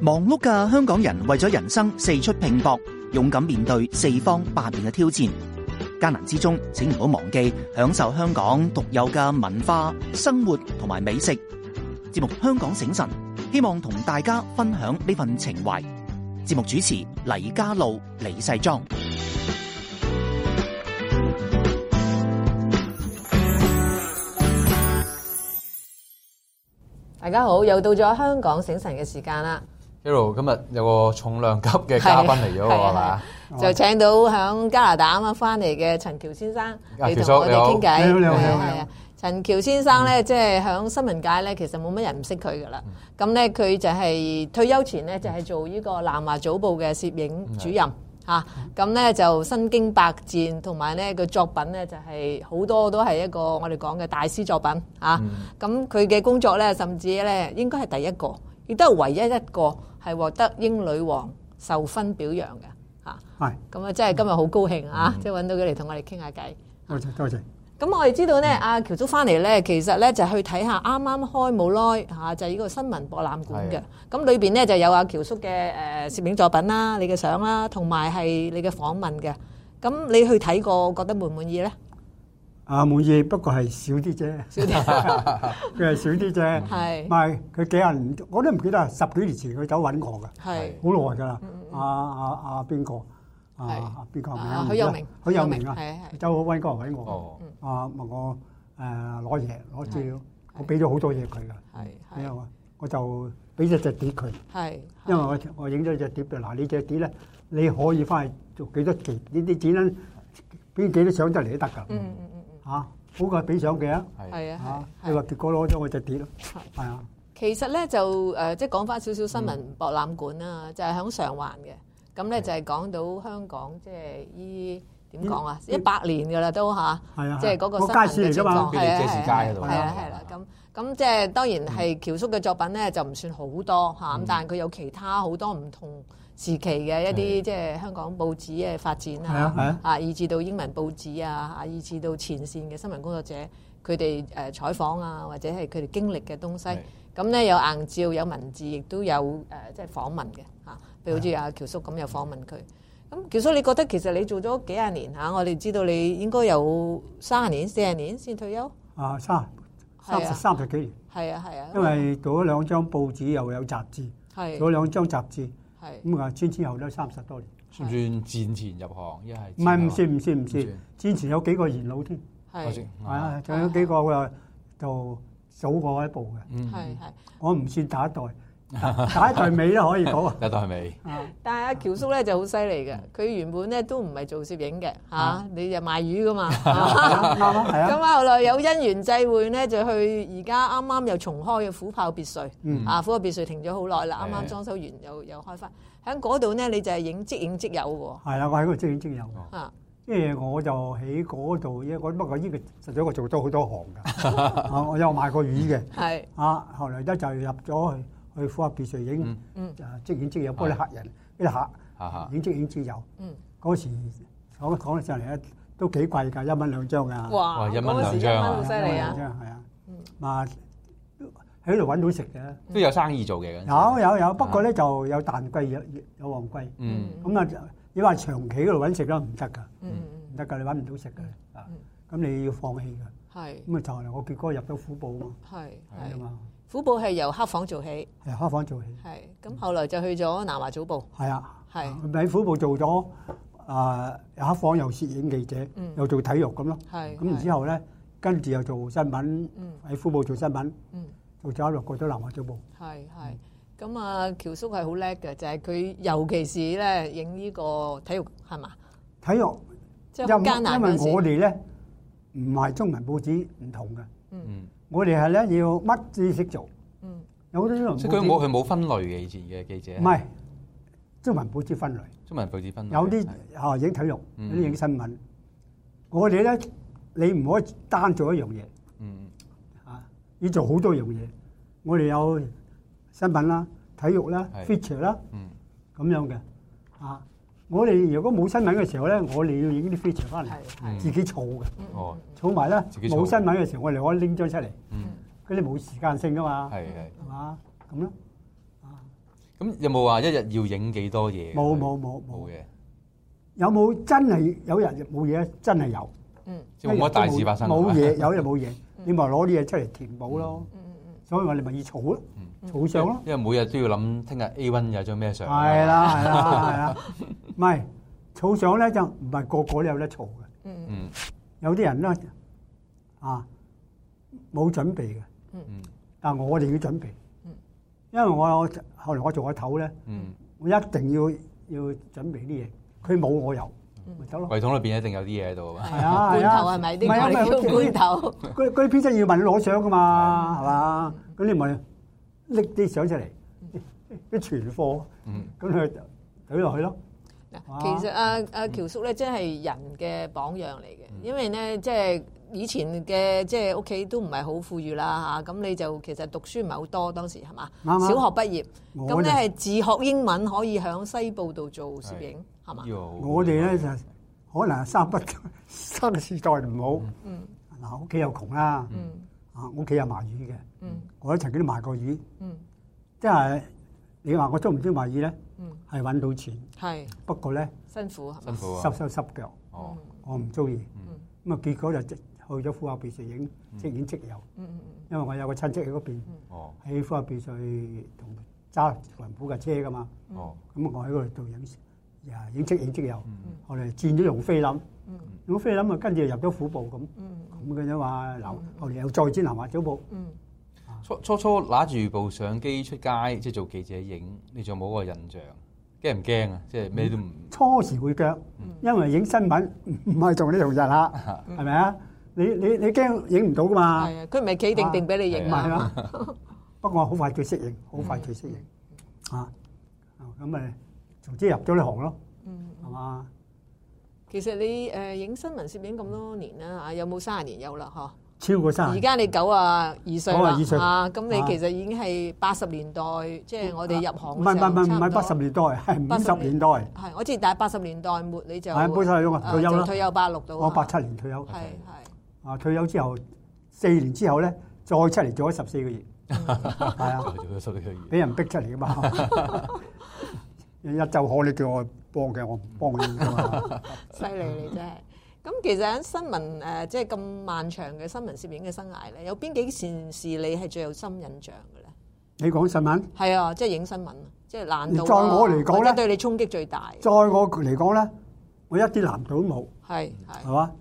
忙碌嘅香港人為咗人生四出拼搏，勇敢面對四方八面嘅挑戰。艱難之中，請唔好忘記享受香港獨有嘅文化、生活同埋美食。節目《香港醒神》，希望同大家分享呢份情懷。節目主持黎家路、李世莊。大家好，又到咗香港醒神嘅時間啦， Hero 今日有個重量級嘅嘉賓嚟咗喎，係啊係咪啊？就請到響加拿大啱啱翻嚟嘅陳橋先生啊嚟喬同叔我哋你好傾偈。你好你好係你啊好係啊陳橋先生咧，即係響新聞界咧，其實冇乜人唔識佢噶啦。咁咧，佢就係退休前咧，就係做呢個南華早報嘅攝影主任嚇。咁咧就身經百戰，同埋咧個作品咧就係好多都係一個我哋講嘅大師作品嚇。咁佢嘅工作咧，甚至咧應該係第一個，亦都係唯一一個係獲得英女王授勳表揚嘅嚇。係，咁啊，真係今日好高興啊！即係揾到佢嚟同我哋傾下偈。多謝多謝。咁我哋知道咧，阿喬叔翻嚟咧，其實咧就去睇下啱啱開冇耐嚇，就係呢個新聞博覽館嘅係。咁裏邊咧就有阿喬叔嘅誒攝影作品啦、你嘅相啦，同埋係你嘅訪問嘅。咁你去睇過，覺得滿唔滿意咧？啊，滿意，不過係少啲啫，少啲， 佢係少啲啫。係唔係佢幾廿年，我都唔記得，十幾年前佢走揾我嘅，係好耐㗎啦。啊啊啊，邊個？啊嗯係啊邊個名啊啊？許有明許有明啊許有明係係，走好揾過嚟揾我。哦，啊，問我誒攞嘢攞資料，我俾咗好多嘢佢㗎。係你係話我就俾咗隻碟佢，係，因為我我影咗隻碟嘅。嗱，呢隻碟咧，你可以翻去做幾多期？呢啲展咧，邊幾多相得嚟都得㗎。嗯嗯嗯嗯嚇，好過俾相嘅啊！係係嚇啊，係你話結果攞咗我隻碟咯，係啊，其實咧就誒、呃即係講翻少少新聞嗯博覽館啦，就係喺上環嘅。咁咧就係講到香港即係依點講啊，一百年㗎啦都吓，係嗯啊即係嗰個我新聞街市嘅嚟情㗎嘛況，係啊佢哋即係市街係啊嗰度係啦啊係啦。咁咁即係當然嗯係喬叔嘅作品咧就唔算好多嚇，咁但係佢有其他好多唔同時期嘅一啲即係香港報紙嘅發展係啊係啊啊，啊以至到英文報紙啊，啊以至到前線嘅新聞工作者佢哋誒採訪啊，或者係佢哋經歷嘅東西係。咁咧有硬照有文字，亦都有誒、呃即係訪問嘅嚇，譬如好似阿喬叔咁有訪問佢。咁喬叔，你覺得其實你做咗幾廿年嚇、我哋知道你應該有三十年、四十年先退休，啊三三係啊十三十幾年，係啊係啊，因為做咗兩張報紙又有雜誌，做係咗兩張雜誌，係咁啊先之後都三十多年，算唔算戰前入行？一係戰唔係唔後算唔算唔唔算算，之前有幾個元老添，我係先係啊，仲有幾個啊就早我一步嘅，嗯係係。我唔算第一代， 第一代尾都可 以講啊，一代係未？但係阿喬叔咧就好犀利嘅，佢原本咧都唔係做攝影嘅嚇、你就賣魚噶嘛。啱啊，係啊，咁後來有因緣際會咧，就去而家啱啱又重開嘅虎豹別墅，嗯啊啊虎豹別墅停咗好耐啦，啱啱係裝修完又又開翻。喺嗰度咧，你就係影即影即有喎，係啦，我喺嗰度即影即有嘅。啊因為我就喺嗰度，因為我不過呢個實在我做咗好多行㗎，啊我有賣過魚嘅，係啊後來咧就入咗去去虎豹別墅影，嗯啊即影即有幫啲客人啲哈哈客影即影即有嗯，嗰時講講起上嚟咧都幾貴㗎，一蚊兩張㗎，哇！哇一蚊嗰陣時兩張啊一蚊好犀利一蚊兩啊！張係啊，嘛喺度揾到食嘅，都有生意做嘅嗰陣時有有有，不過咧就有淡季有有旺季，嗯，咁啊你話長期喺度揾食咧唔得㗎，嗯嗯唔得㗎，你揾唔到食㗎，啊咁你要放棄㗎。嗯，係咁啊就係我結果入咗虎報啊係嘛，係啊係。嘛，虎豹係由黑房做起，係開房做戲，係咁後來就去咗南華早報，係啊，係喺虎報做咗啊開房又攝影記者，又做體育咁咯。係咁然之後咧，跟住又做新聞嗯，喺虎報做新聞嗯，做咗一路過咗南華早報。係係。咁啊，喬叔係好叻嘅，就係佢尤其是咧影呢個體育係嘛，體育即係好艱因難因嗰為陣時我哋咧唔係中文報紙唔同嘅，嗯，我哋係咧要乜都識做嗯，有好多中文即係佢冇報佢冇分類嘅以前嘅記者，紙唔係中文報紙分類。中文報紙分類有啲嗯係啊影體育，有嗯啲影新聞。我哋咧，你唔可以單做一樣嘢嗯啊，要做好多樣嘢。我哋有新聞啦、體育啦、係 feature 啦嗯咁樣嘅啊。我哋如果冇新聞嘅時候咧，我哋要影啲 feature 翻係嗯係嚟，自己儲嘅，哦儲埋啦。自己儲冇新聞嘅時候，我哋可以拎張出嚟，嗯嗯嗰啲冇時間性噶嘛，係係係嘛咁咯。咁有冇話一日要影幾多嘢？冇冇冇冇冇，嘅，有冇真係有人冇嘢？真係有，即係冇乜大事發生。啊冇係 嘢，嘛有日冇嘢，你咪攞啲嘢出嚟填補咯。嗯嗯所以我哋咪要儲咯，儲上咯。因為每日都要諗聽日 A one 有張咩相。係啦，係啦，係啦，唔係儲上咧就唔係個個都有得儲嘅，嗯，有啲人咧啊冇準備嘅，嗯但我哋要準備，因為我我後來我做個頭咧，嗯我一定要要準備啲嘢，佢冇我有，咪得嗯，咯。櫃桶裏邊一定有啲嘢喺度啊嘛。係啊係罐啊，頭係咪？啲唔係啊咪叫好似罐頭。嗰嗰啲編輯要問你攞相噶嘛，係嘛？咁你咪拎啲相出嚟，啲存貨，嗯咁佢懟落去咯。哇其實阿阿喬叔咧，真係人嘅榜樣嚟嘅，因為咧即係以前嘅即係屋企都唔係好富裕啦嚇，咁你就其實讀書唔係好多當時係嘛？啱小啊學畢業，我咁就咧係自學英文可以喺西部度做攝影係嘛呢？個好我哋咧就可能係三不 三個時代唔好。嗯嗱，屋企又窮啦，啊，屋企又賣魚嘅，嗯我都曾經都賣過魚，即係你話我中唔中意賣魚咧？嗯係揾到錢，係不過咧辛苦係辛嘛？苦啊濕。手濕腳，哦，我唔中意。嗯咁啊，結果就即去咗虎口鼻攝影，即影即有。嗯因為我有個親戚喺嗰邊，哦，喺虎口鼻去同揸雲虎架車噶嘛。哦，咁我喺嗰度做影啊影職影職友，我哋戰咗用菲林，用菲林啊跟住入咗虎部咁，嗯咁嘅啫嘛。嗱，後嚟又再戰南華早報，嗯嗯初初初揦住部相機出街，即係做記者影，你仲有冇嗰個印象？驚唔驚啊？即係咩都唔初時會腳，因為影新聞唔係同呢同日啦，係咪啊？你你你驚影唔到噶嘛？係啊，佢唔係企定定俾你影啊唔係啊嘛？啦。不過我好快最適應，好快最適應啊！啊咁咪總之入咗呢行咯，係嘛？其實你誒影新聞攝影咁多年啦嚇，有冇三十年有啦嗬？超過三而十家你九啊二歲啦92歲啊咁啊你其實已經係八十年代，即係我哋入行嘅唔時係候唔係唔係唔差係多八十年代，係五十80年代。係，我知，但係八十年代末你就係冇錯我啊退休啦就退休八六到啊，我八七年退係休，係啊退休之後四年之後咧，再出嚟做咗十 四個月，係做啊，咗十幾個月。俾人逼出嚟噶嘛。 一週可你叫我幫嘅，我唔幫 你噶嘛。犀利你真係。咁其實喺新聞誒，即係咁漫長嘅新聞攝影嘅生涯咧，有邊幾件事你係最有深印象嘅咧？你講新聞，係啊，即係影新聞，即係難度啊再我嚟講咧或者對你衝擊最大嘅，再我嚟講咧，我一啲難度都冇，係係係嘛？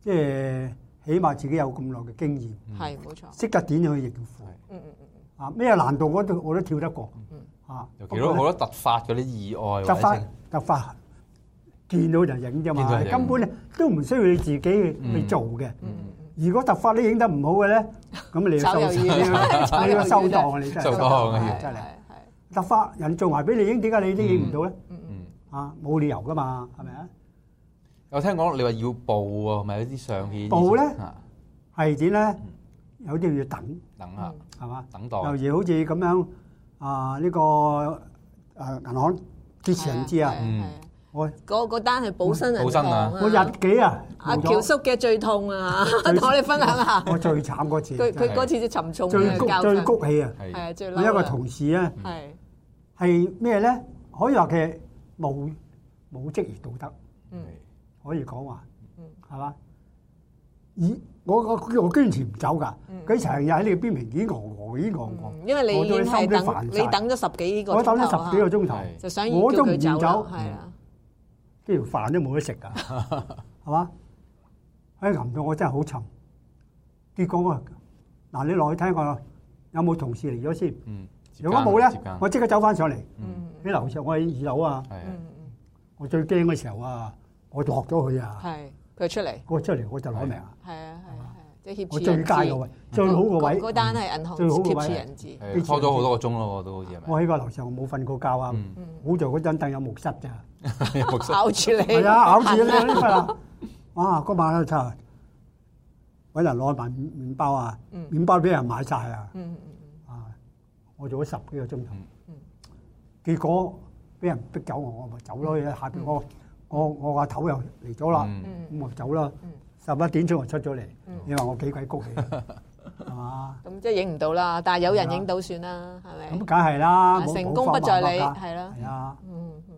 即係起碼自己有咁耐嘅經驗，係冇錯，識得點樣去應付。嗯嗯啊，咩難度我都我都跳得過。啊，尤其都好多突發嗰啲意外或者突發成突發見到就影啫見到嘛，就你影根本咧都唔需要你自己去做嘅。嗯嗯如果突發你影得唔好嘅咧，咁你要炒收魷魚炒魷魚 你要收檔啊！你真係收檔啊你係真係係係。突發人做埋俾你影，點解你都影唔到咧？嗯。啊，冇理由噶嘛，係咪啊？有聽講你話要報喎，係咪有啲相片？報呢啊係點咧？有啲要等，等下係嘛？等待。例如好似咁樣啊，呢個誒銀行結成知啊係，係係我嗰嗰單係保身嗯保人身堂啊啊！我日幾啊？阿冇咗喬叔嘅最痛啊， 同我哋分享下。我最慘嗰次，佢真係佢嗰次就沉重最嘅谷教訓。最谷氣啊！係係啊，最嬲我啊有一個同事咧係係咩咧？可以話佢係冇冇職業道德，嗯可以講話係嘛？以我我我堅持唔走㗎，佢成日喺你邊邊已昂昂已昂昂嗯，因為你已經我係都心都等煩曬你等咗十幾個我鐘頭等咗啊十幾個鐘頭，係就想要我叫都唔佢願走啦走，係啊，呢條飯都冇得食㗎， 係嘛？喺揞到我真係好沉。結果我嗱，你落去睇我有冇同事嚟咗先。嗯。接如果冇間接咧間，我即刻走翻上嚟。嗯喺樓上，我喺二樓啊。係我最驚嘅時候啊，我落咗去啊，嗯係佢出嚟我出嚟我就攞命啊！係啊係啊係啊，即係挾我持最人佳個質位，。最好個嗰位，嗰單係銀行最好個位挾持人質。嗯係啊拖咗好多個鐘咯，都好似係咪？嗯我喺個樓上我冇瞓過覺啊！Ừ. 好在嗰陣凳有木塞咋，木塞咬住你，嗯係啊，咬 住呢呢份啊！哇！嗰晚啊，真係揾人攞埋麵包啊，麵包俾人買晒啊！嗯啊，我做咗十幾個鐘頭，結果俾人逼走我，我咪走咯。下邊我我我個頭又嚟咗啦，嗯 Ừ. 嗯咁我走啦。十一點鐘我出咗嚟，À. 你話我幾鬼谷氣啊係嘛？咁即係影唔到啦。但係有人影到算啦，係咪咁梗係啦，冇成功不在你，冇方法㗎係咯，係啊，嗯，嗯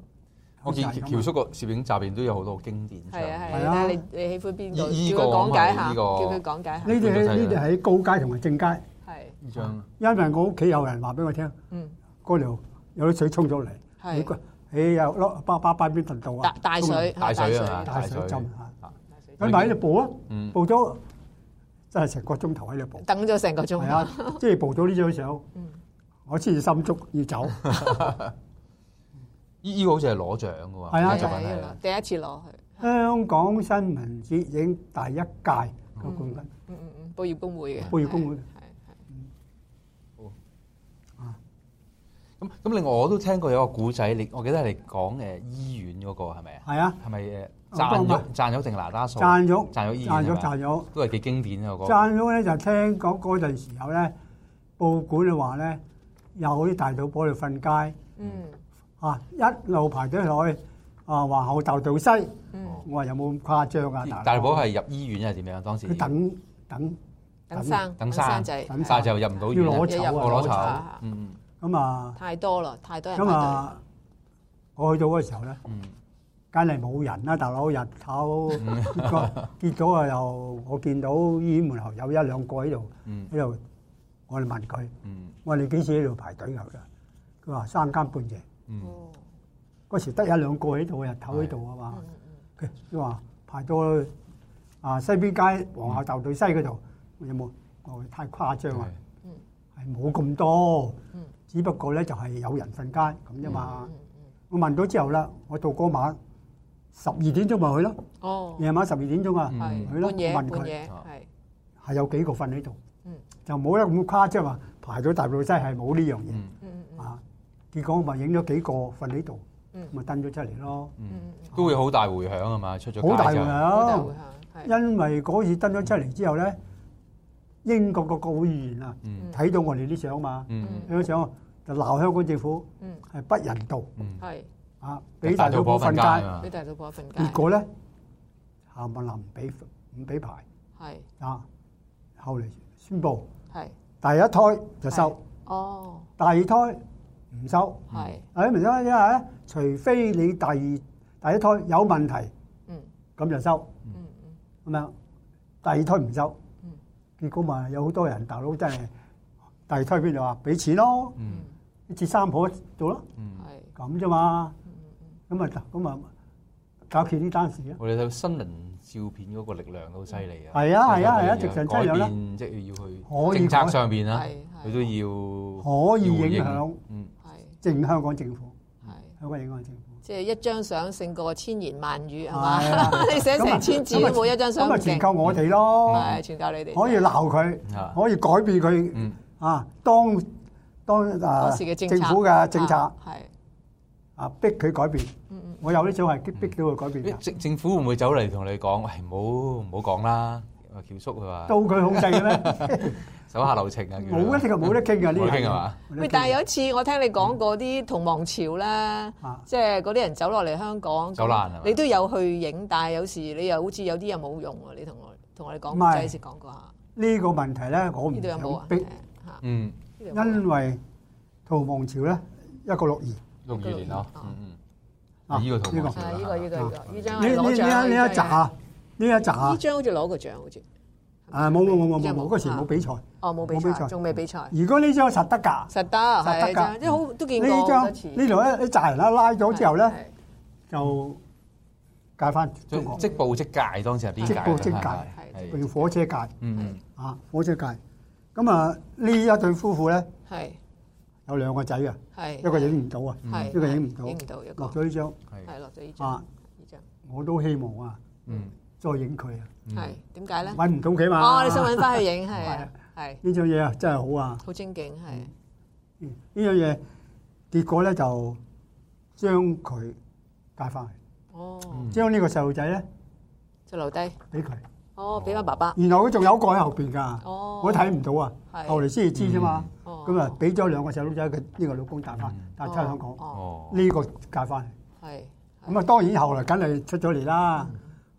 我見好似係咁啊喬叔個攝影集入邊都有好多經典相係啊片。係係啊，啊睇下你你喜歡邊度，依依叫個佢講解咁啊下，依叫個佢講解下，呢本啲喺身呢就啲喺高街同埋正街，係，呢張因為我屋企有人話俾我聽，嗯，嗰度有啲水沖咗嚟，你係個你又攞巴巴巴邊度度啊大？大水，大水啊嘛大大水水浸嚇，大水咁咪喺度步咯，嗯步咗真係成個鐘頭喺度步。等咗成個係鐘，啊，即係報咗呢張相嗯，我先至心足 要走。依依個好似係攞獎嘅喎。係作啊就品係係啦啊，第一次攞去，香港新聞攝影第一屆嘅冠軍，嗯嗯嗯，報業工會嘅，報業工會係咁咁另外我都聽過有個古仔，你我記得係你講誒醫院嗰個係咪啊？係啊，係咪誒我贊幫玉忙贊玉定拿打數？贊玉贊玉醫院贊係咗咪啊贊咗都係幾經典啊！嗰個贊咗咧，就聽講嗰陣時候咧，報館就話咧有啲大肚婆喺度瞓街嗯啊，一路排隊落去啊，話後頭到西，嗯，我話有冇咁誇張啊？佬哦大寶係入醫院係點樣？當時佢等等等生等生生仔，等但係就入唔到院啊，要攞籌啊我攞攞籌籌啊，嗯咁啊，太多啦，太多人咁排啊，我去到嗰時候咧。嗯梗係冇人啦，大佬日頭 結果結咗啊！又我見到醫院門口有一兩個喺度嗯喺度，我哋問佢：嗯我話你幾時喺度排隊㗎？佢話三更半夜，隊，嗯哦嗰時得一兩個喺度，日頭喺度啊嘛。佢嗯佢話排到啊西邊街皇后鬥到西嗰度，有冇？我話太誇張啊！係冇咁多嗯，只不過咧就係有人瞓街咁啫嘛嗯。我問到之後啦，我到嗰晚十二點鐘咪去咯。哦，夜晚十二點鐘啊，嗯佢係咯半夜問半佢夜啊係。係有幾個瞓喺度嗯，就冇得咁誇張話排到大老西係冇呢樣嘢嗯嗯嗯啊。結果我咪影咗幾個瞓喺度，嗯咪登咗出嚟咯，嗯嗯，都會好大迴響啊嘛！出咗好大街回就好大響回。響，係因為嗰次登咗出嚟之後咧，英國個國會議員啊嗯睇到我哋啲相嘛，嗯睇到相就鬧香港政府嗯係不人道嗯，係啊，俾大老婆婆瞓街。啊俾大老婆瞓街，結果咧，夏文林唔俾唔俾排係啊，後嚟宣布係第一胎就收。哦第二胎唔收，係係咪先？因為咧，除非你第二第一胎有問題，嗯咁就收，嗯嗯咁樣第二胎唔收嗯，結果咪有好多人大佬真係第二胎邊度啊？俾錢咯，嗯你接三婆做咯，嗯，係咁啫嘛，嗯咁啊咁啊搞起呢單事啊！我哋睇新聞照片嗰個力量都好犀利啊！係啊係啊即係啊佢直上改真有啦變即係要去可以政策改上邊啊係，係佢都要可以要回影應響嗯係正香港政府，係。香港影響政府。即係一張相勝過千言萬語係係嘛啊？你寫成千字都冇一張相嗯咁咁咪全勁，靠我哋咯，係全靠你哋。可以鬧佢，啊可以改變佢。嗯啊，當當啊當時嘅政政策府嘅政策啊係啊，逼佢改變。嗯嗯我有啲想係逼逼到佢改變咦㗎，政政府會唔會走嚟同你講？喂，唔好唔好講啦！阿喬叔佢話到佢控制嘅咩？手下留情啊！叫佢冇一定係冇得傾㗎呢冇得啲傾係嘛？嘢。喂，但係有一次我聽你講過啲同亡潮咧啊，即係嗰啲人走落嚟香港，走難係嘛你都有去影，但係有時你又好似有啲嘢冇用喎。你同我同我哋講唔古係仔時講過下，呢個問題咧，我呢唔度有冇啊想？逼，嚇嗯，呢度有冇啊因為逃亡潮咧一個六六二年咯，哦嗯啊嗯，呢個同呢個啊！呢個呢個呢個呢張二，係呢呢攞獎啊呢呢一集呢啊，呢一集張呢啊，張好似攞過獎，好似啊冇冇冇呢冇張冇，嗰時冇比賽。哦冇比冇比賽，賽仲未比賽，如果呢張實得㗎，實得實係得㗎即係好都見過呢好張多次。呢度咧，呢扎人啦拉咗之後係咧，就解翻中國，即報即戒，當時係邊戒？即報即戒係係用火車界。嗯啊，火車界。咁啊，呢一對夫婦咧係有兩個仔啊，係一個影唔到啊，係一個影唔到，影唔到一個落咗呢張嗯係係落咗呢張啊，呢張我都希望啊，嗯再影佢啊，係點解咧？揾唔到佢嘛。哦，你想揾翻去影係啊係係呢張嘢啊，真係好啊！嗯好精警係呢樣嘢結果咧就將佢帶翻去，哦，嗯將呢個細路仔咧就留低俾佢。哦，俾翻爸爸原來佢仲有個喺後邊㗎，哦，我睇唔到啊，係後嚟先至知啫嘛。哦咁啊，俾咗兩個細路仔佢呢個老公帶翻，帶翻香港，哦哦，呢個帶翻嚟。係咁啊，當然後來梗係出咗嚟啦，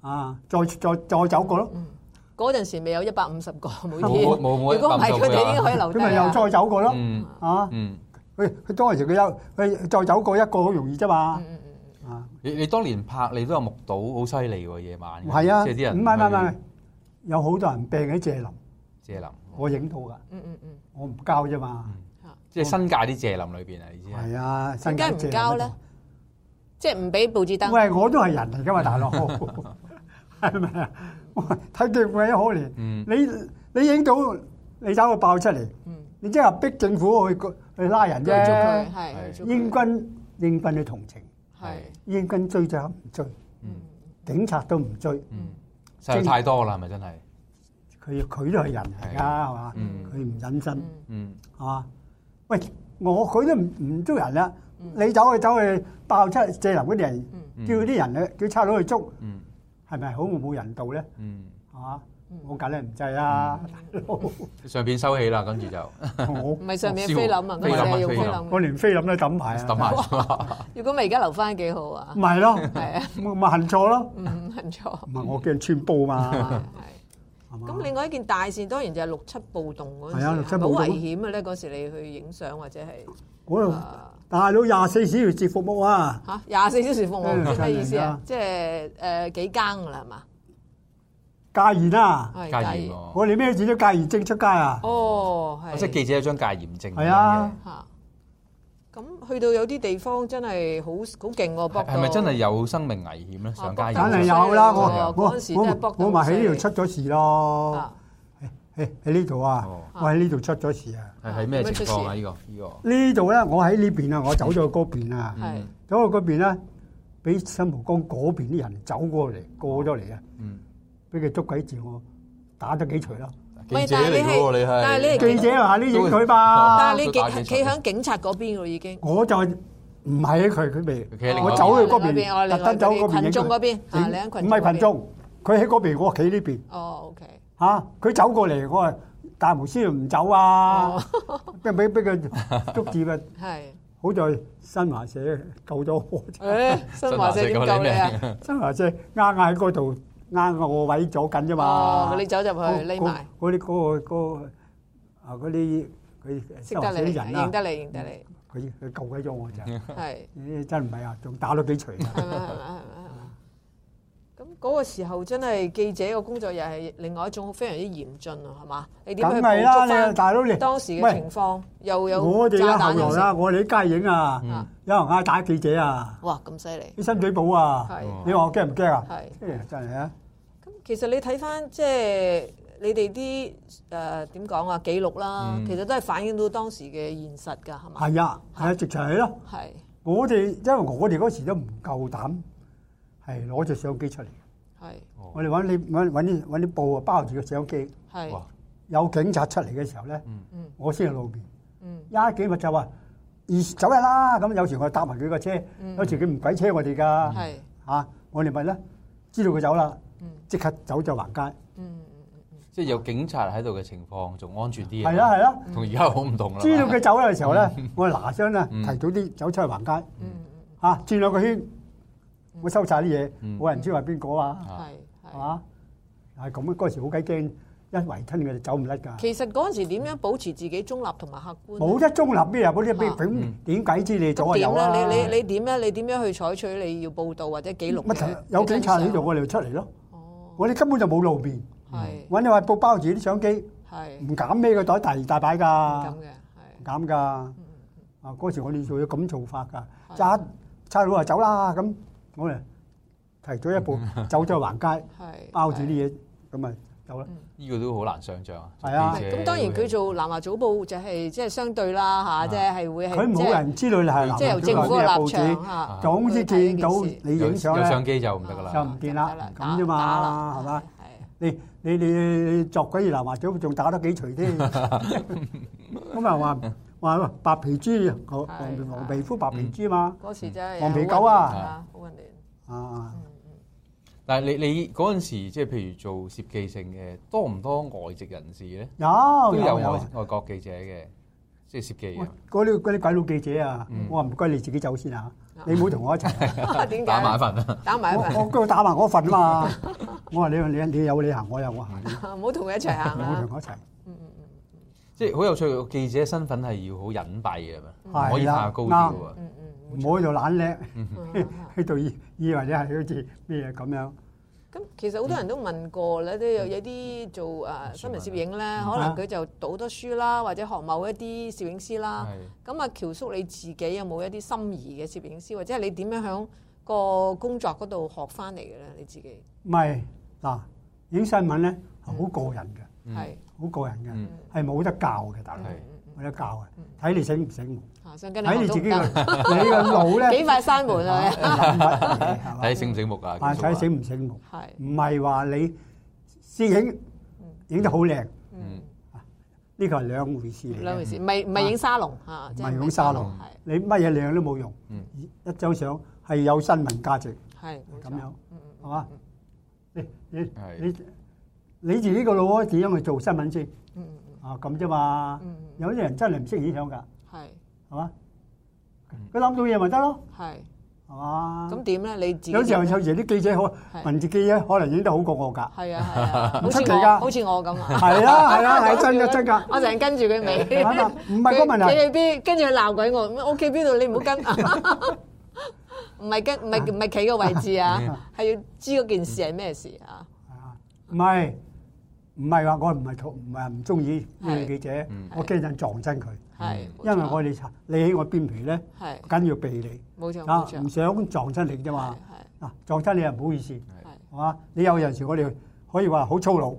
嗯啊，再再再走過咯，嗰陣時未有一百五十個每天，冇冇冇如果唔係佢哋已經可以留咁低咪啦又再走過咯，嗯啊，嗯佢佢當時佢有佢再走過一個好容易啫嘛。啊，你你當年拍你都有目睹，好犀利喎夜晚。係啊，即係啲人唔係唔係唔係去，有好多人病喺謝林，謝林，我影到㗎，嗯嗯嗯，我唔交啫嘛。即係新界啲謝林裏邊啊，你知啊？係啊，新點解唔界謝林交嗰咧度？即係唔俾報紙登。喂，我都係人嚟噶嘛，大佬，係咪啊？ 我睇見鬼可憐，嗯你你影到你走去爆出嚟，嗯，你即係逼政府去去拉人繼續佢啫。係繼續佢英軍英軍嘅同情，係英軍追就唔追，警察都唔追，嗯，實在太多啦，係咪真係？佢佢都係人嚟㗎，係嘛？嗯佢唔忍心，嗯係嘛？喂，我佢都唔唔捉人啦，你走去走去爆出借林嗰啲人，嗯叫啲人咧叫差佬去捉，嗯係咪好冇人道咧？嗯，係嘛？我梗係唔制啦，大 佬！上邊收起啦，跟住就我唔係上面菲林啊？菲林啊咁我哋用菲菲林林。我連菲林都抌埋抌啊！埋咗啦。如果咪而家留翻幾好啊唔？ 係咯，係啊，咪咪恨錯咯，嗯，唔錯。唔係我驚穿煲嗯嘛，係係嘛咁另外一件大事當然就係六七暴動嗰陣時，係啊六七係咪暴動好危險嘅咧。嗰時你去影相或者係嗰啊度大佬廿四小時接服務啊，嚇廿四小時服務，嗯即係咩意思啊真係㗎？即係誒幾更㗎啦，係嘛？戒嚴啊！係戒嚴戒喎，我哋咩事都戒嚴證出街啊！哦，係即係記者有張戒嚴證。係啊嚇。咁去到有啲地方真係好好勁喎，搏係咪真係有生命危險咧？上街啊梗係有有啦，犀利我喎我嗰陣時真係我搏得我咪好犀喺利呢度出咗事咯，喺喺呢度啊哦，我喺呢度出咗事啊！係係咩有咩情出況啊？事呢個呢個呢度咧，我喺呢邊啊，我走咗去嗰邊啊。係走去嗰邊咧，俾新蒲江嗰邊啲人走過嚟，過咗嚟啊！嗯，俾佢捉鬼住我，打咗幾錘咯。記者嚟嘅喎，你係但係你係記者啊，呢影佢吧，但係你都打幾企企場喺警察嗰邊喎已經。我就唔係喺佢佢佢企喺另外未，我一邊走去嗰我邊，另外一邊特登走去嗰邊群眾嗰邊影佢啊你喺群眾嗰邊唔係群眾，佢喺嗰邊，我企呢邊哦，OK。 嚇。佢走過嚟，我話大無師唔走啊，哦俾俾俾佢捉住啊！係，好在新華社救咗我，誒新華社點救你啊？？新華社啱啱喺嗰度啱我位咗緊啫嘛哦，。你走入去匿埋，嗰嗰啲嗰個嗰個啊嗰啲呃佢識收埋得死你，人啦啊認，得嗯你，認得你，佢佢救鬼咗我咋，係咦真唔係啊，仲打咗幾錘啊！係咪係咪係咪係咪？咁嗰個時候真係記者個工作又係另外一種非常之嚴峻啊，係嘛？你點去梗捕係啦，捉你翻大佬你當時嘅喂情況？又有我哋炸啦彈後又來成啦，我哋啲街影啊，啊！有人嗌打記者啊，哇，咁犀利，啲深水埗啊，係你話我驚唔驚啊？係。真係啊！咁其實你睇翻即係你哋啲誒點講啊記錄啦，嗯其實都係反映到當時嘅現實㗎，係嘛？係啊，係啊，直情係咯。係我哋因為我哋嗰時都唔夠膽係攞隻相機出嚟，係我哋揾啲揾揾啲揾啲布啊包住個相機。係哇，有警察出嚟嘅時候咧，嗯我先去路邊。嗯一幾咪就話二走日啦，咁有時我搭埋佢個車，有時佢唔鬼車我哋㗎嗯係嚇，我哋咪咧知道佢走啦嗯，即刻走就橫街，嗯即係有警察喺度嘅情況仲安全啲啊！係啦係啦，同而家好唔同啦。知道佢走嘅時候咧，我嗱聲咧提早啲走出去橫街嗯嚇，轉兩個圈，我收晒啲嘢，冇人知話邊個啊，啊係係係。嘛？係咁啊嗰時好鬼驚，一圍親佢就走唔甩㗎，其實嗰陣時點樣保持自己中立同埋客觀呢？冇得中立咩啊？冇得啊點點鬼知你左咁啊有點啊？咧？你你你點咧？你點樣去採取你要報導或者記錄哦乜嘅？就有警察喺度，我哋就出嚟咯。我哋根本就冇路面，係揾你話布包住啲相機，係唔減孭個袋，大二大擺咁㗎，嘅唔係減㗎。嗯啊，嗰時我哋仲要咁做法㗎，揸差佬話走啦咁，我哋提早一步走咗去橫街，係包住啲嘢，咁咪走啦。呢個都好難想像啊！係啊記者咁當然佢做南華早報就係即係相對啦嚇，即係係會係佢即冇係人知道你係南即係由政府嘅咩報立場紙，嚇。總之見到去睇呢件事你有影相啊有相咧，機就唔得㗎就啦。唔見啦打咁啫嘛打啦係係嘛？你你你作鬼南華早仲打得幾錘添？咁啊話話白皮豬，黃係黃皮膚白皮豬嘛，嗰時真係黃皮狗啊好混亂 好混亂。啊！但係你你嗰陣時即係譬如做攝記性嘅，多唔多外籍人士咧？有都有有有外，外國記者嘅，即係攝記喂嘅。嗰啲嗰啲鬼佬記者啊，我話唔該你自己走先啊，你唔好同我一齊啊，點解？打埋一份啊！打埋一 我份，我叫佢打埋我份啊嘛，我話你你你有你行，我有我行， 唔好同佢一齊行唔好啊！同我一齊。即係好有趣。記者身份係要好隱蔽嘅，係咪？係唔可以啦太高調啱啊！嗯嗯唔好喺度懶叻，嗯。 喺度以以為你係好似咩嘢咁樣。咁其實好多人都問過咧，都有嗯有啲做誒新聞攝影咧，可啊能佢就讀好多書啦，或者學某一啲攝影師啦。係咁啊，喬叔你自己有冇一啲心儀嘅攝影師，或者係你點樣喺個工作嗰度學翻嚟嘅咧？你自己唔係嗱，影新聞咧係好個人嘅，嗯係嗯好個人嘅嗯，係冇得教嘅，大佬係冇得教嘅，睇你醒唔醒目，嚇，想啊跟你睇學你都自唔己個得，你個腦咧 幾快閂 門啊！諗乜嘢係 嘛睇醒唔醒目啊？啊其實啊睇醒唔醒目。係唔係話你攝影影得好靚，嗯呢個係兩回事嚟兩回嘅。事，唔係唔係影沙龍嚇，即唔啊係影沙龍嗯係你乜嘢靚都冇用嗯，一張相係有新聞價值係冇咁錯嗯樣，係嘛？你你係你你自己個腦點樣去做新聞先？啊咁啫嘛嗯。有啲人真係唔識影相㗎，係係嘛？佢諗到嘢咪得咯，係係嘛？嗯咁點咧？你自己啊有時候點咧有時啲記者可係文字記者可能影得好過我㗎。 係啊係 啊，好似出奇我㗎好似我咁啊，係啦係啦係真㗎真㗎。我成日跟住佢尾，係 嘛唔係個佢問題企喺邊，跟住佢鬧鬼我，咁我企邊度你唔好跟， 唔係跟唔係唔係企個位置 啊，係要知嗰件事係咩事啊，啊，唔係唔係話我唔係同唔係唔中意呢個記者嗯，我驚陣撞親佢，係冇錯因為我哋查你喺我邊皮咧，係緊要避你冇錯啊冇，唔錯，想撞親你啫嘛。嗱，撞親你又唔好意思，係係係嘛？你有陣時我哋可以話好粗魯，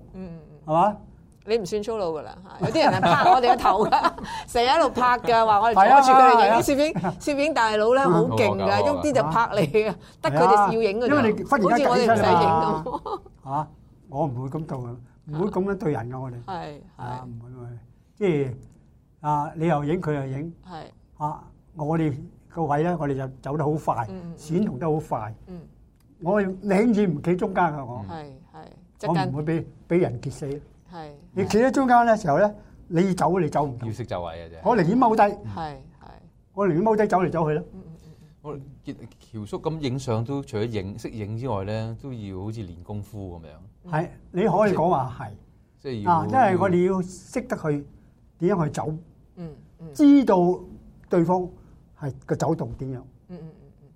係嘛？嗯你唔算粗魯噶啦，嚇有啲人係拍我哋個頭 噶，成日喺度拍噶，話我哋係啊阻住佢係啊哋影攝影攝影大佬 咧好勁好噶，惡㗎喐啲就拍你嘅，得佢係啊哋要影嘅啫，因為你忽然間好似我哋唔使影趌起 身啊咁，係嘛？我唔會咁做嘅，唔會咁樣對人嘅我哋，係係啊唔會唔會，即係啊你又影佢又影係啊，我哋個位咧我哋就走得好快，閃動得好快。嗯我寧願唔企中間嘅我，係係，即我唔近會俾俾人結死。係你企喺中間嘅時候咧，你走你走唔到要，識就位嘅啫。我寧願踎低，係係。我寧願踎低走嚟走去咯。我見喬叔咁影相都除咗影識影之外咧，都要好似練功夫咁樣，係你可以講話即係係要。啊，因為我哋要識得去點樣去走，嗯嗯知道對方係個走動點樣，嗯嗯，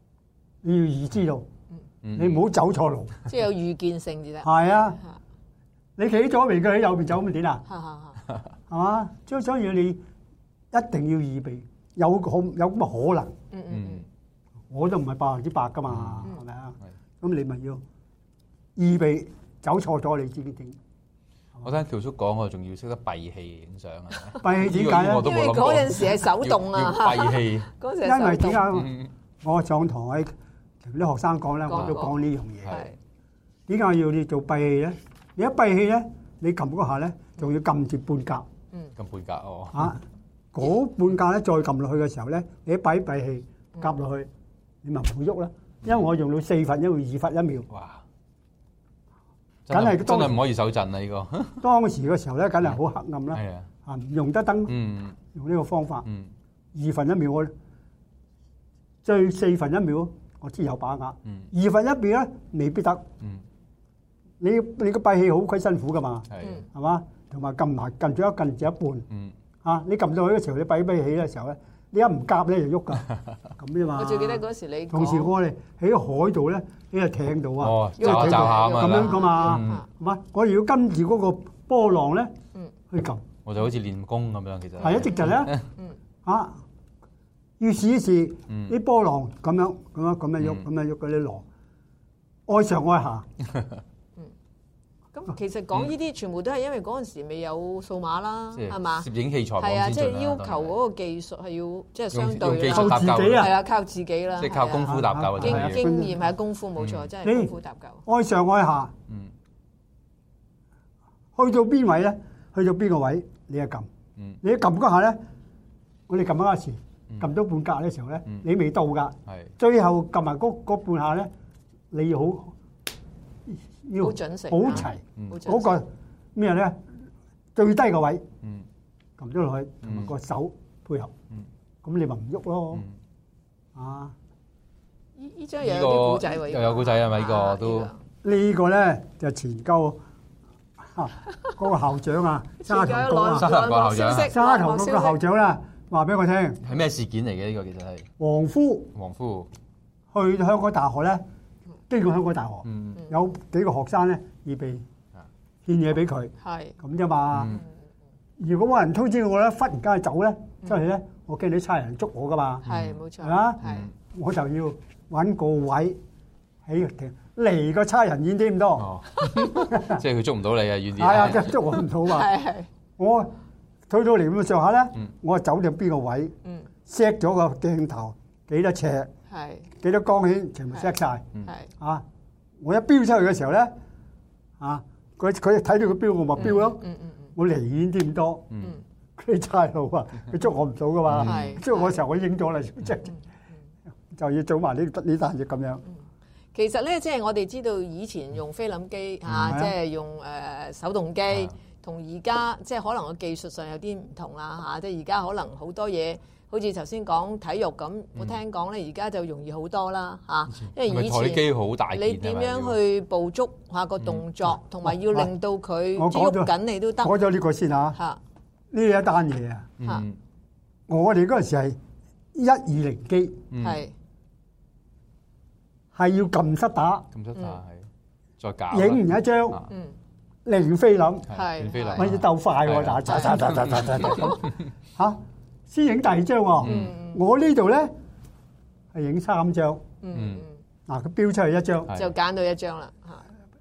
你要預知道，嗯你唔好走錯路。即係有預見性至得。嚇係啊嗯，你企左邊，佢喺右邊走咁點啊？嚇嚇，係嘛？所以所以你一定要預備，有可有咁嘅可能。嗯嗯嗯我都唔係百分之百噶嘛，係咪啊？咁你咪要預備走錯咗，你知唔知點？我聽喬叔講，我仲要識得閉氣影相啊！ 閉氣點解呢個我咧都嗯，因冇為諗過嗰陣時係手動啊，要要閉 氣，嗯嗰陣時因為係手點動。解我上堂喺同啲學生講咧，講我都講呢樣嘢。係係點解要你做閉氣咧？你一閉氣咧，你撳嗰下咧，仲要撳住半格咁背格哦。啊！嗰半格咧再撳落去嘅時候咧，你一閉一閉氣夾落去，你咪唔會喐啦。因為我用到四分一秒、二分一秒。哇！真梗係啊係真係唔可以手震啦！啊呢個當時嘅時候咧，梗係好黑暗啦，係啊，啊唔用得燈，嗯用呢個方法。嗯二分一秒我最四分一秒我知有把握，嗯二分一秒咧未必得。嗯，你你個閉氣好鬼辛苦噶嘛，係嗯係嘛？同埋撳埋撳住一撳住一半嗯啊！你撳到去嘅時候，你閉閉氣嘅時候咧，你一唔夾咧就喐 㗎，咁啫嘛。我最記得嗰時你講同時我哋喺海度咧，喺個艇度啊，哦因為就艇就度下咁樣咁樣噶嘛，嗯係嘛？我哋要跟住嗰個波浪咧嗯去撳。我就好似練功咁樣，其實係一直就咧嗯， 啊，要試一試嗯啲波浪咁樣咁樣咁樣嗯喐咁樣喐嗰啲浪，愛上愛下，咁其實講呢啲全部都係因為嗰陣時未有數碼啦，即係係嘛？攝影器材網係啊，先即進啦係要求當然嗰個技術係要即係相用用技對啦術搭靠救自己啊係啊，靠自己啦，即係靠係啊功夫搭救啊！真經係啊係要經驗係功夫冇錯，真係功夫搭救。愛上愛下，嗯去到邊位咧？去到邊個位你就撳，嗯你一撳嗰下咧，我哋撳嗰時撳到半格嘅時候咧嗯，你未到㗎，係最後撳埋嗰嗰半下咧，你要好要好準成啊好齊嗯好準嗰個咩咧？最低個位。嗯撳咗落去，同嗯埋個手配合嗯，咁你咪唔喐咯嗯。。啊，呢呢張又有啲古仔喎，呢個又有古仔係咪呢個啊都呢呢個咧就前鳩啊嗰個校長啊，沙頭角啊，沙頭角校長沙頭角個校長啦，話俾我聽，係咩事件嚟嘅？呢個其實係黃夫黃夫，去香港大學咧，經過香港大學，嗯，有幾個學生咧預備獻嘢俾佢，係咁啫嘛。啊嗯如果冇人通知我咧，忽然間走咧，出嚟咧，我驚啲差人捉我噶嘛，係冇錯，係嘛？係我就要揾個位喺度離個差人遠啲咁多，哦， 即係佢捉唔到你啊，遠啲係啊，啊， 即係捉我唔到嘛。係係我退到嚟咁上下咧嗯，我走到邊個位，嗯錫咗個鏡頭幾多尺、係幾多光圈，全部錫晒。係啊！我一飆出去嘅時候咧，啊，佢佢睇到佢飆，我咪飆咯。嗯嗯嗯我離遠啲咁多，嗯佢差佬啊，佢捉我唔到噶嗯嘛係。嗯捉我嘅時候我影咗啦，即係就要做埋呢呢單嘢咁樣。其實咧，即係我哋知道以前用菲林機嚇、係啊即係用誒、呃手動機啊，同而家即係可能個技術上有啲唔同啦嚇、即係而家可能好多嘢，好似頭先講體育咁，我聽講咧而家就容易好多啦嚇、因咪為以台啲前機好大件啊你係點咪樣去捕捉下個動作，同埋、要令到佢我講咗喐緊你都得講咗呢個先嚇，嚇呢一單嘢啊，嚇嗯我哋嗰陣時係一二零機，嗯係係要撳室打，咁出曬係再搞啦影完一張啊嗯零菲林，係變飛嚟係咪要鬥快喎，係啊打打打打打打打打 咁嚇，先影第二張喎。嗯我呢度咧係影三張，嗯嗱佢標出去一張，嗯，就揀到一張啦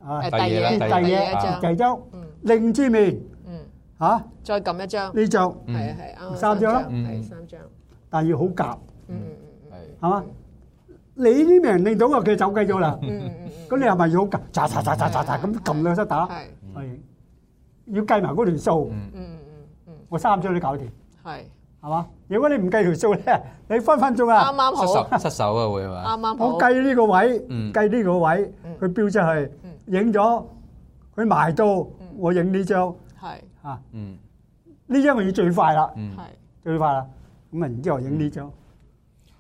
嚇，啊誒第二啦第第二二第嘢二一嘢張第，二張，嗯另之面嗯，嚇再撳一張。呢張，嗯係啊係啊，啱啱三張啦係嗯三張，但要好夾，嗯嗯嗯嗯係係嘛？你呢名令到啊，佢走雞咗啦，嗯嗯嗯，咁你係咪要好夾？喳喳喳喳喳喳咁撳兩手打，係，係要計埋嗰條數，嗯嗯嗯嗯我三張都搞掂，嗯，係，係嘛？如果你唔計條數咧， 你分分鐘啱啊，啱失好，手失手啊會係嘛？啱啱好，我計呢個位嗯，計呢個位嗯，佢標出嗯去，影咗，佢埋到，我影呢張係啊，嗯呢張我要最快啦。嗯。係最快啦。咁啊，然之後影呢張，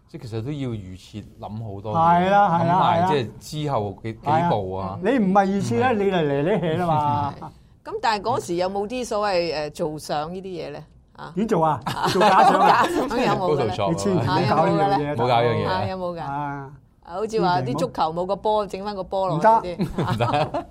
即係其實都要預設諗好多嘢，係啦係啦諗埋係啦即係之後幾幾係啊步啊，你唔係二次咧，你嚟嚟呢起啦 嘛係。，咁但係嗰時有冇啲所謂誒做相呢啲嘢咧？啊，點做啊？做假相假 啊！相有冇高嘅度咧？錯你千祈唔好搞呢樣嘢，冇搞呢樣嘢 Dạ. 啊，有冇㗎？啊！好似話啲足球冇個波，整翻個波落唔去得啲，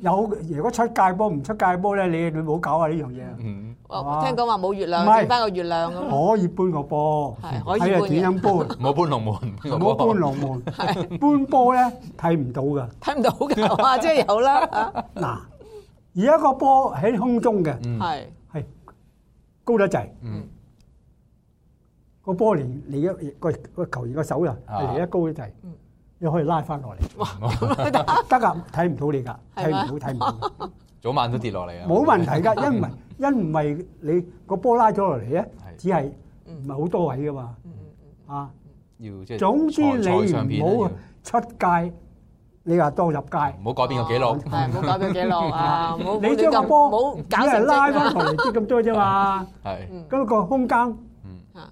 有如果出界波唔出界波咧，你你冇搞啊呢樣嘢。嗯，我聽講話冇月亮，唔係整翻個月亮咁，可以搬個波，係可以搬嘅睇下點 樣搬，嗯唔好搬龍門，唔唔好搬龍 門。搬波咧睇唔到噶。睇唔到㗎，哇！即係有啦，啊嗱，而家個波喺空中嘅嗯係係高得滯，嗯個波連離一個個球員個手啊係離得高得滯嗯，你可以拉翻落嚟。咁啊得得噶，睇唔到你噶，睇係嘛唔到睇唔 到，早晚都跌落嚟啊，冇問 題噶，因為因為你個波拉咗落嚟咧，係只係唔係好多位噶嘛，啊，要即係總之賽賽上你邊唔好啊出界，你話當入要界，唔好改變個紀啊錄，係唔好搞佢記錄啊！唔好你將個唔好波只搞成係拉績翻啊落嚟啲咁 多啫嘛，係嗯咁個空間嗯啊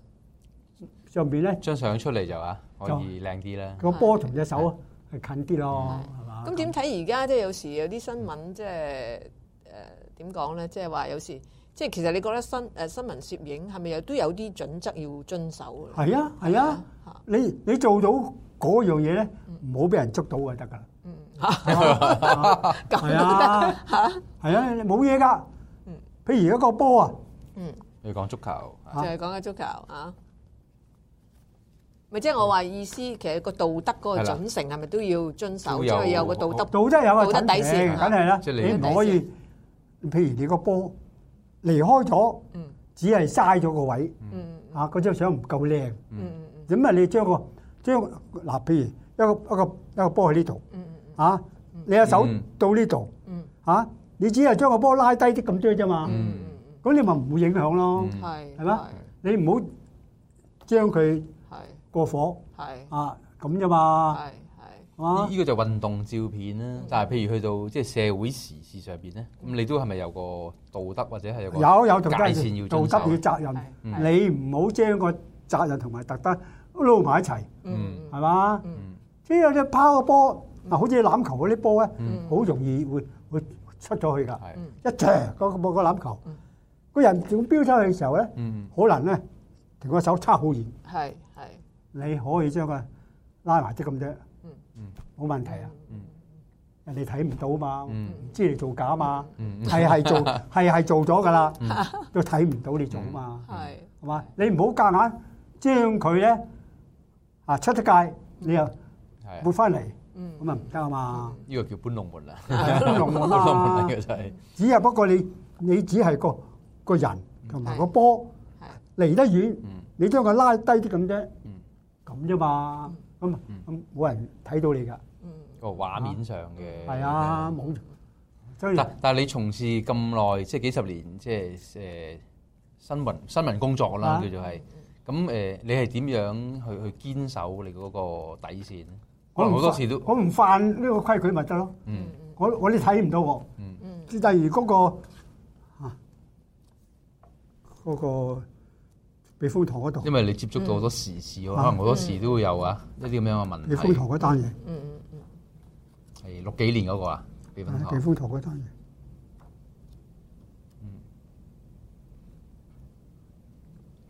上邊咧張相出嚟就啊，可以靚啲啦，個波同隻手係近啲咯，係嘛？咁點睇而家即係有時有啲新聞即係誒 ờ, 點講咧？即係話有時即係其實你覺得新誒新聞攝影係咪有都有啲準則要遵守嘅？係啊係 Ờ. 啊，你你做到嗰樣嘢咧，唔好俾人捉到就得噶啦。嗯，係啊，係啊，你冇嘢噶。嗯譬如一個波啊，你講足球，就係講緊足球啊。咪即係我話意思，其實個道德嗰個係啦準繩係咪都要遵守？都即有係有個道德道德有個道德底線啊線，梗係啦。即係你你唔可以，譬如你個波離開咗嗯，只係嘥咗個位嗯啊，嗰張相唔夠靚。嗯嗯咁啊，你將個將嗱，譬如一個一個一個波喺呢度嗯啊，你個手嗯到呢度嗯啊，你只係將個波拉低啲咁多啫嘛。嗯咁你咪唔會影響咯。嗯係係嘛你唔好將佢係過火係啊，咁啫嘛，啊係係係嘛呢？呢個就運動照片啦，但係譬如去到即係社會時事上邊咧，咁你都係咪有個道德或者係有個有有道德界線要道遵德守嗯與？責任，係你唔好將個責任同埋特登撈埋一齊，嗯係嘛？嗯嗯即係你拋個波，嗱，好似欖球嗰啲波咧，好容易會會出咗去㗎，係一踢嗰個嗰個籃嗯球，個人仲飆出去嘅時候咧，嗯可能咧同個手差好遠，係係你可以將佢拉埋啲咁啫嗯嗯，冇問題啊嗯。人哋睇唔到嘛，嗯唔知你做假嘛，嗯係係 做係係做咗㗎啦，都睇唔到你做嘛。係嗯係嘛？你唔好夾硬將佢咧啊出咗界，你又係撥啊翻嚟，嗯咁啊唔得啊嘛！呢個叫搬龍門 啦，龍門搬啊龍門嚟嘅真係，只係不過你你只係個個人同埋個波係離得遠嗯，你將佢拉低啲咁啫嗯，咁啫嘛。咁啊咁冇人睇到你㗎，個畫面上嘅係啊，冇。所以但但係你從事咁耐，即係幾十年，即係誒新聞新聞工作啦，啊叫做係。咁誒，你係點樣去去堅守你嗰個底線咧？可我能唔好多時都犯我唔犯呢個規矩咪得咯。嗯我我哋睇唔到我。嗯第二嗰個啊嗰個避風塘嗰度。因為你接觸到好多時事喎，可能好多時都會有啊一啲咁樣嘅問嗯避風塘題。嗰單嘢，係六幾年嗰個啊，避風避塘。風塘嗰單嘢，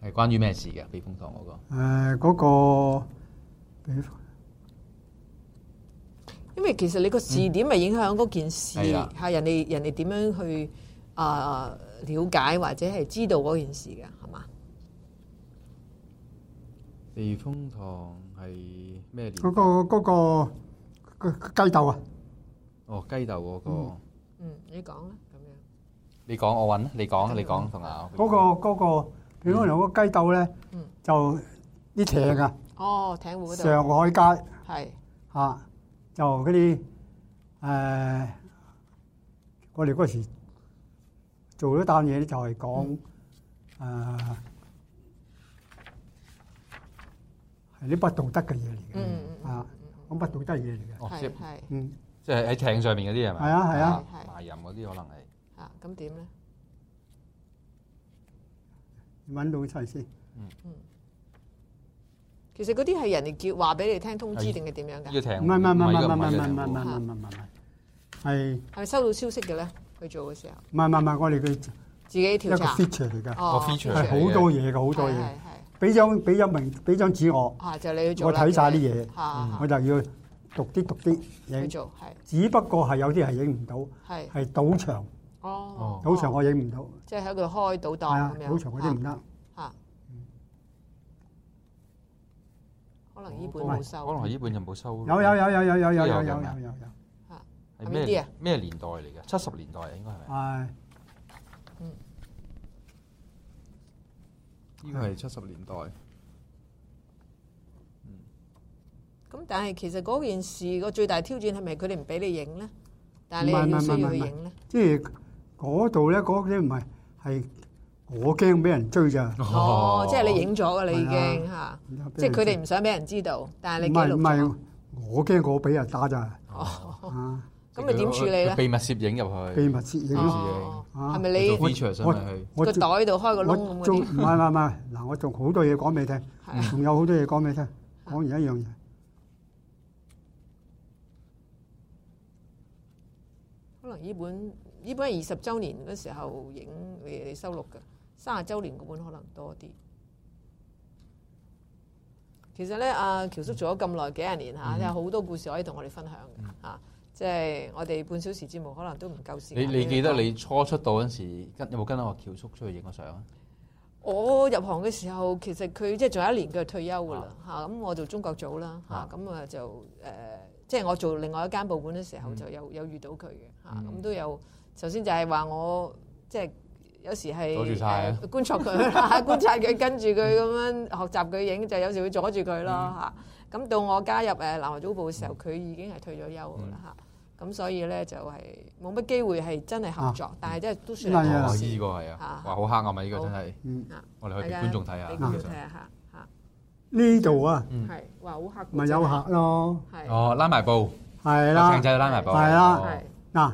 係關於咩事嘅？避風塘嗰個誒、嗰、個避風因為其實你個視點咪影響嗰件事，係啊係人哋人哋點樣去啊了解或者係知道嗰件事嘅，係嘛？避風塘係咩年嗰、個嗰、個個雞竇啊，哦，雞竇嗰個。嗯，你講啦，咁你講我揾，你講你講同啊。嗰、個嗰、個避風塘嗰個雞竇咧，就啲艇啊，樣。哦，艇戶嗰度上海街係嚇、啊就嗰啲誒，我哋嗰時做咗單嘢咧，就係講誒係啲不道德嘅嘢嚟嘅，嗯啊講不道德嘢嚟嘅。哦，係即係嗯，即係喺艇上面嗰啲係咪？係啊係啊係埋淫嗰啲可能係。啊，咁點咧？揾到出嚟先。其實嗰啲係人哋叫話俾你聽通知定係點樣呢㗎個？唔係唔係唔係唔係唔係唔係唔係唔係艇唔係唔係，係係咪收到消息嘅咧？去做嘅時候，唔係唔係唔係我哋嘅自己一調個查。 feature 嚟㗎，哦個 feature 係嚟嘅好多嘢㗎，好多係嘢係。係俾張俾張明俾張紙我，啊，就你去做我啦。睇晒啲嘢嗯嚇嚇，我就要讀啲讀啲去嘢。做係只不過係有啲係影唔到，係係賭場，哦，賭場哦我影唔到，即係喺度開賭係啊檔咁，樣。賭場嗰啲唔得。嚇。可能呢本哦冇可能收。係呢本就冇收。有有有有有有有有有有有，係係邊啲咩啊咩年代嚟嘅？七十年代啊應該係咪？係呢個係七十年代。咁但係其實嗰件事個最大挑戰係咪佢哋唔俾你影咧？但係你唔係又唔要係需要唔去係唔係影咧？即係嗰度咧，嗰啲唔係係我驚俾人追咋，哦，即係你影咗㗎啦已經係啊嚇，即係佢哋唔想俾人知道，但係唔你記係錄唔咗係。，我驚我俾人打咋哦，啊！咁你點處理咧佢？秘密攝影入去。秘密攝影咯。哦，啊係咪你你做 feature 上咪去？我個仲袋度開個窿咁我嗰啲仲唔？係唔係唔係嗱，我仲好多嘢講俾你聽，仲有好多嘢講俾你聽。講完一樣嘢，可能呢本呢本係二十週年嗰時候影你你收錄嘅，三十週年嗰本可能多啲。其實咧，阿喬叔做咗咁耐幾廿年嚇，嗯有好多故事可以同我哋分享嘅嚇，即係我哋半小時節目可能都唔夠時你間。你記得你初出道嗰陣時，跟有冇跟阿喬叔出去影過相啊？我入行嘅時候，其實佢即係仲有一年佢就退休㗎啦嚇，咁我做中國組啦嚇啊，咁啊就誒，即係我做另外一間報館嘅時嗯候就有有遇到佢嘅嚇，咁都有。首先就係話我即係有時係阻住晒啊誒觀察佢 啦，觀察佢跟住佢咁樣學習佢影，就有時會阻住佢嗯咯嚇。咁到我加入誒南華早報嘅時候，佢已經係退咗休㗎嗯啦嚇，咁所以咧就係冇乜機會係真係合啊作，但係真係都算係啊係哦好事呢個係啊啊，哇，好黑暗啊！呢個真係嗯，啊我哋可以俾觀眾睇俾下觀眾其睇實。下嚇。呢度啊，嗯係話好客觀咪有客咯，真係係哦，拉埋布，係個艇啦。仔拉埋布，係係啦哦嗱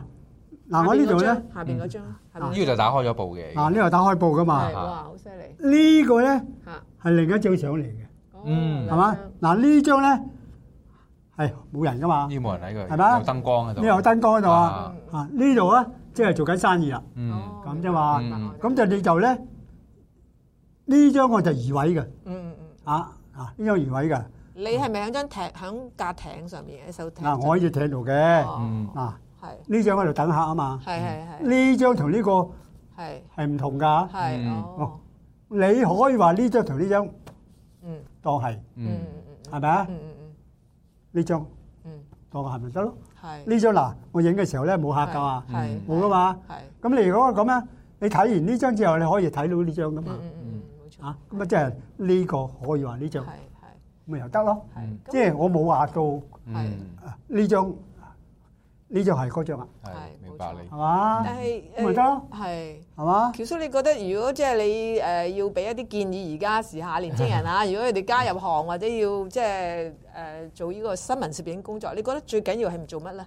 嗱，我呢度咧，下邊嗰張下邊嗰張下邊嗰呢個就打開咗布嘅。嗱呢度打開報噶嘛張係，哇好犀利呢個咧嚇係另一張相嚟嘅，嗯 Dạ. 係嘛？嗱呢張咧係冇人噶嘛，呢冇人喺佢，係咪有燈光喺度。呢有燈光喺度啊 Dạ. 啊，啊呢度咧即係做緊生意啦。嗯，咁啫嘛嗯咁就你就咧呢張我就移位嘅，嗯嗯，啊啊呢張移位嘅，你係咪喺張艇喺架艇上面嘅艘艇？嗱我可以睇到哦嘅，嗯，嗱係呢張喺度等客啊嘛，係係呢張同呢個係係唔同㗎，係係嗯哦，你可以話呢張同呢張嗯當係嗯嗯，嗯係咪啊嗯？嗯呢張嗯當係咪得咯？嗯，係呢張嗱我影嘅時候咧冇客㗎嘛，係冇㗎嘛，係咁你如果咁咧，你睇完呢張之後你可以睇到呢張㗎嘛嗯，嗯嗯嗯冇錯啊咁啊即係呢個可以話呢係張係咪又得咯，係即係我冇話到。啊嗯，呢張呢張係嗰張啊，係，明白你係，嘛？但係咁咪得咯係。係嘛？喬叔，你覺得如果即係你誒要俾一啲建議而家時下年青 人啊，如果佢哋加入行或者要即係誒做呢個新聞攝影工作，你覺得最緊要係唔做乜咧？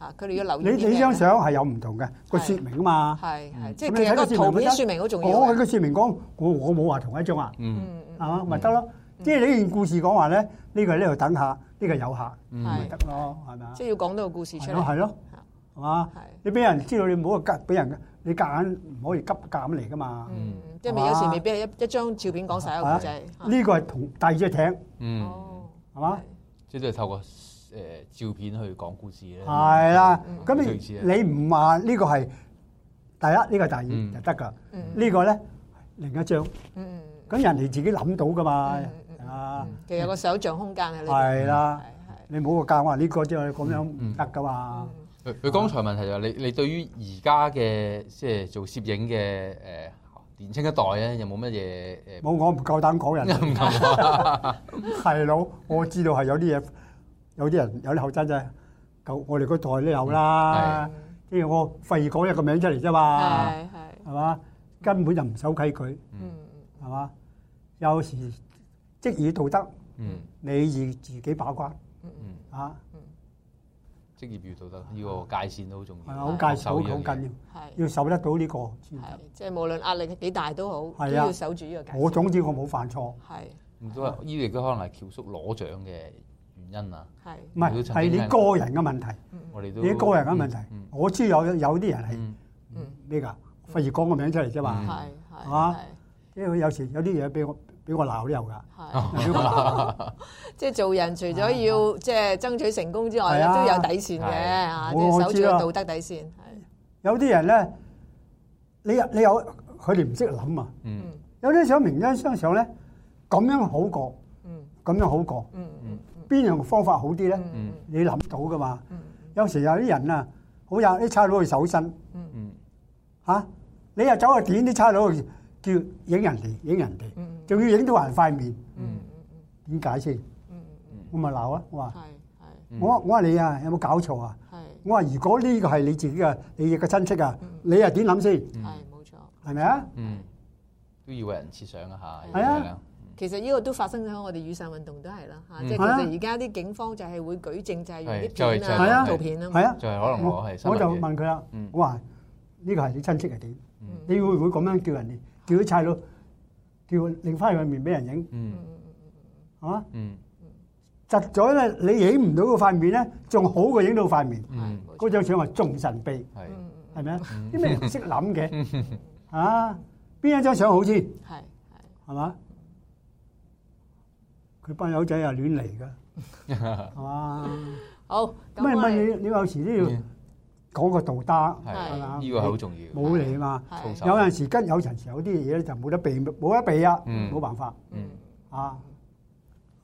嚇，佢哋要留意你啲咩你呢張相係有唔同嘅個係説明啊嘛。係係，即係咁其你睇實個個圖片説説明好重要我喺嘅。個説明講，我我冇話同一張啊，嗯，嗯係嘛？咪得咯。即係你件故事講話咧，呢個喺呢度等客，呢個有客，嗯，咪得係，咯，係咪啊？即係要講到個故事出係咯，係嚟。咯，係嘛？係你俾人知道你唔好夾，俾人你夾硬唔可以急夾咁嚟噶嘛。嗯，即係未有時未必係一一張照片講晒一個故仔。呢個係同第二隻艇嗯，哦，係嘛？即係都係透過誒照片去講故事咧，係啦，咁類似啊你你唔話呢個係第一，呢個第二嗯就得㗎。嗯呢個咧另一張，嗯咁人哋自己諗到㗎嘛嗯嗯，嗯啊嗯，，其實有個想像空間喺裏邊。係係啦，係。你唔好個教話呢個即係咁樣嗯唔得㗎嘛，佢佢剛才問題就係你你對於而家嘅即係做攝影嘅誒年青一代咧，有冇乜嘢誒？冇我唔夠膽講 人，唔敢講 係佬，我知道係有啲嘢，有啲人有啲後生仔，舊我哋嗰代都有啦，即係我費講一個名出嚟啫嘛，係係。係嘛，根本就唔守規矩，嗯係嘛，有時即以道德。嗯，你自自己把關，嗯嗯啊，職業遇到得呢個界線都好重係要，啊，好介紹好手好呢樣嘢緊係。要，要守得到呢個先得。係，即係無論壓力幾大都好，係都啊要守住呢個界我線。總之我冇犯錯，唔係咁都係呢個亦都可能係喬叔攞獎嘅原因啊！係係係你個人嘅問題，我哋都嗯你個人嘅問題嗯。我知有有啲人係嗯嗯咩㗎，費事講個名出嚟啫嗯嘛。係係嘛係因為有時有啲嘢俾我俾我鬧都有㗎。 係，有啲我鬧即係做人除咗要即係爭取成功之外係咧，啊都有底線嘅係嚇，我都要守我住知個啦道德底線。係有啲人咧，你你有佢哋唔識諗啊。嗯有啲想明爭相想咧，咁樣好過，嗯咁樣好過，嗯嗯邊樣方法好啲咧？嗯你諗到㗎嘛？嗯有時有啲人啊，好有啲差佬去搜身。嗯嚇、你又走去點啲差佬，叫影人哋，影人哋，嗯仲要影到人塊面，嗯點解先？嗯我咪鬧啊！我嗯，話係嗯我我話你啊，有冇搞錯啊？係我話如果呢個係你自己嘅，你嘅親戚嗯啊，你又點諗先？係係冇錯。係咪啊？嗯，都要為人設想一下，係啊其實呢個都發生咗喺我哋雨傘運動都係啦嚇，嗯即係係啊佢哋而家啲警方就係會舉證，就係用係啲片就係就啊、係圖片啊嘛係。啊，就係可能我係新我聞就嘅問佢啦嗯，我話呢個係你親戚係點嗯？你會唔會咁樣叫人哋叫啲差佬叫擰翻佢面俾人影嗯係嘛？嗯窒咗咧，你影唔到個塊面咧，仲好過影到塊面。係嗯冇嗰錯張相係仲神秘。係嗯係咪啊？嗯啲咩人識諗 嘅？啊，邊一張相好先？係係。係嘛？佢班友仔又 亂嚟㗎，係嘛？好，乜咁我哋乜你你有時都要講個道德，係嘛係呢個係好重要，冇理嘛。係操守有陣時跟有陣時有啲嘢咧就冇得避，冇得避啊，嗯冇辦法嗯啊。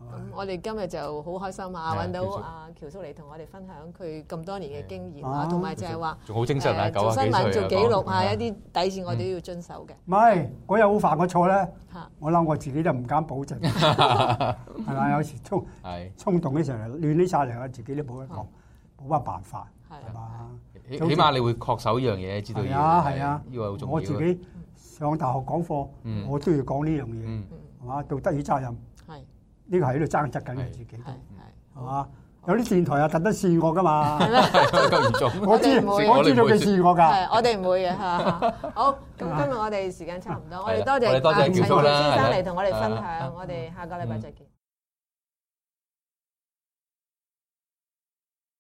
咁我哋今日就好開心啊，係啊揾到喬叔阿喬叔嚟同我哋分享佢咁多年嘅經驗啊啊，同埋就係話仲好精神啊，誒九做啊新幾聞、歲做記錄啊，一啲底線我哋都要遵守嘅唔係，我有犯過錯咧，嚇。我諗我自己都唔敢保 證，係咪？有時衝係衝動嘅時候亂啲晒嚟，我自己都冇得講，嗯冇乜辦法，係啊係嘛？起起碼你會確守呢樣嘢，知道係要啊係啊，呢個好重要。我自己上大學講課，嗯我都要講呢樣嘢，嗯 係嘛？道德與責任係啊呢個喺度爭執緊佢係自己係啊嘅，係，係嘛？有啲電台啊，特登試我噶嘛，咁嚴重，我知我哋唔會我知道我哋佢唔會試我㗎，係我哋唔會嘅嚇。嚇好，咁今日我哋時間差唔多，我哋多嗯我哋謝多謝阿喬陳叔啦啊先生係嚟同我哋分係享，我哋下個禮拜再見。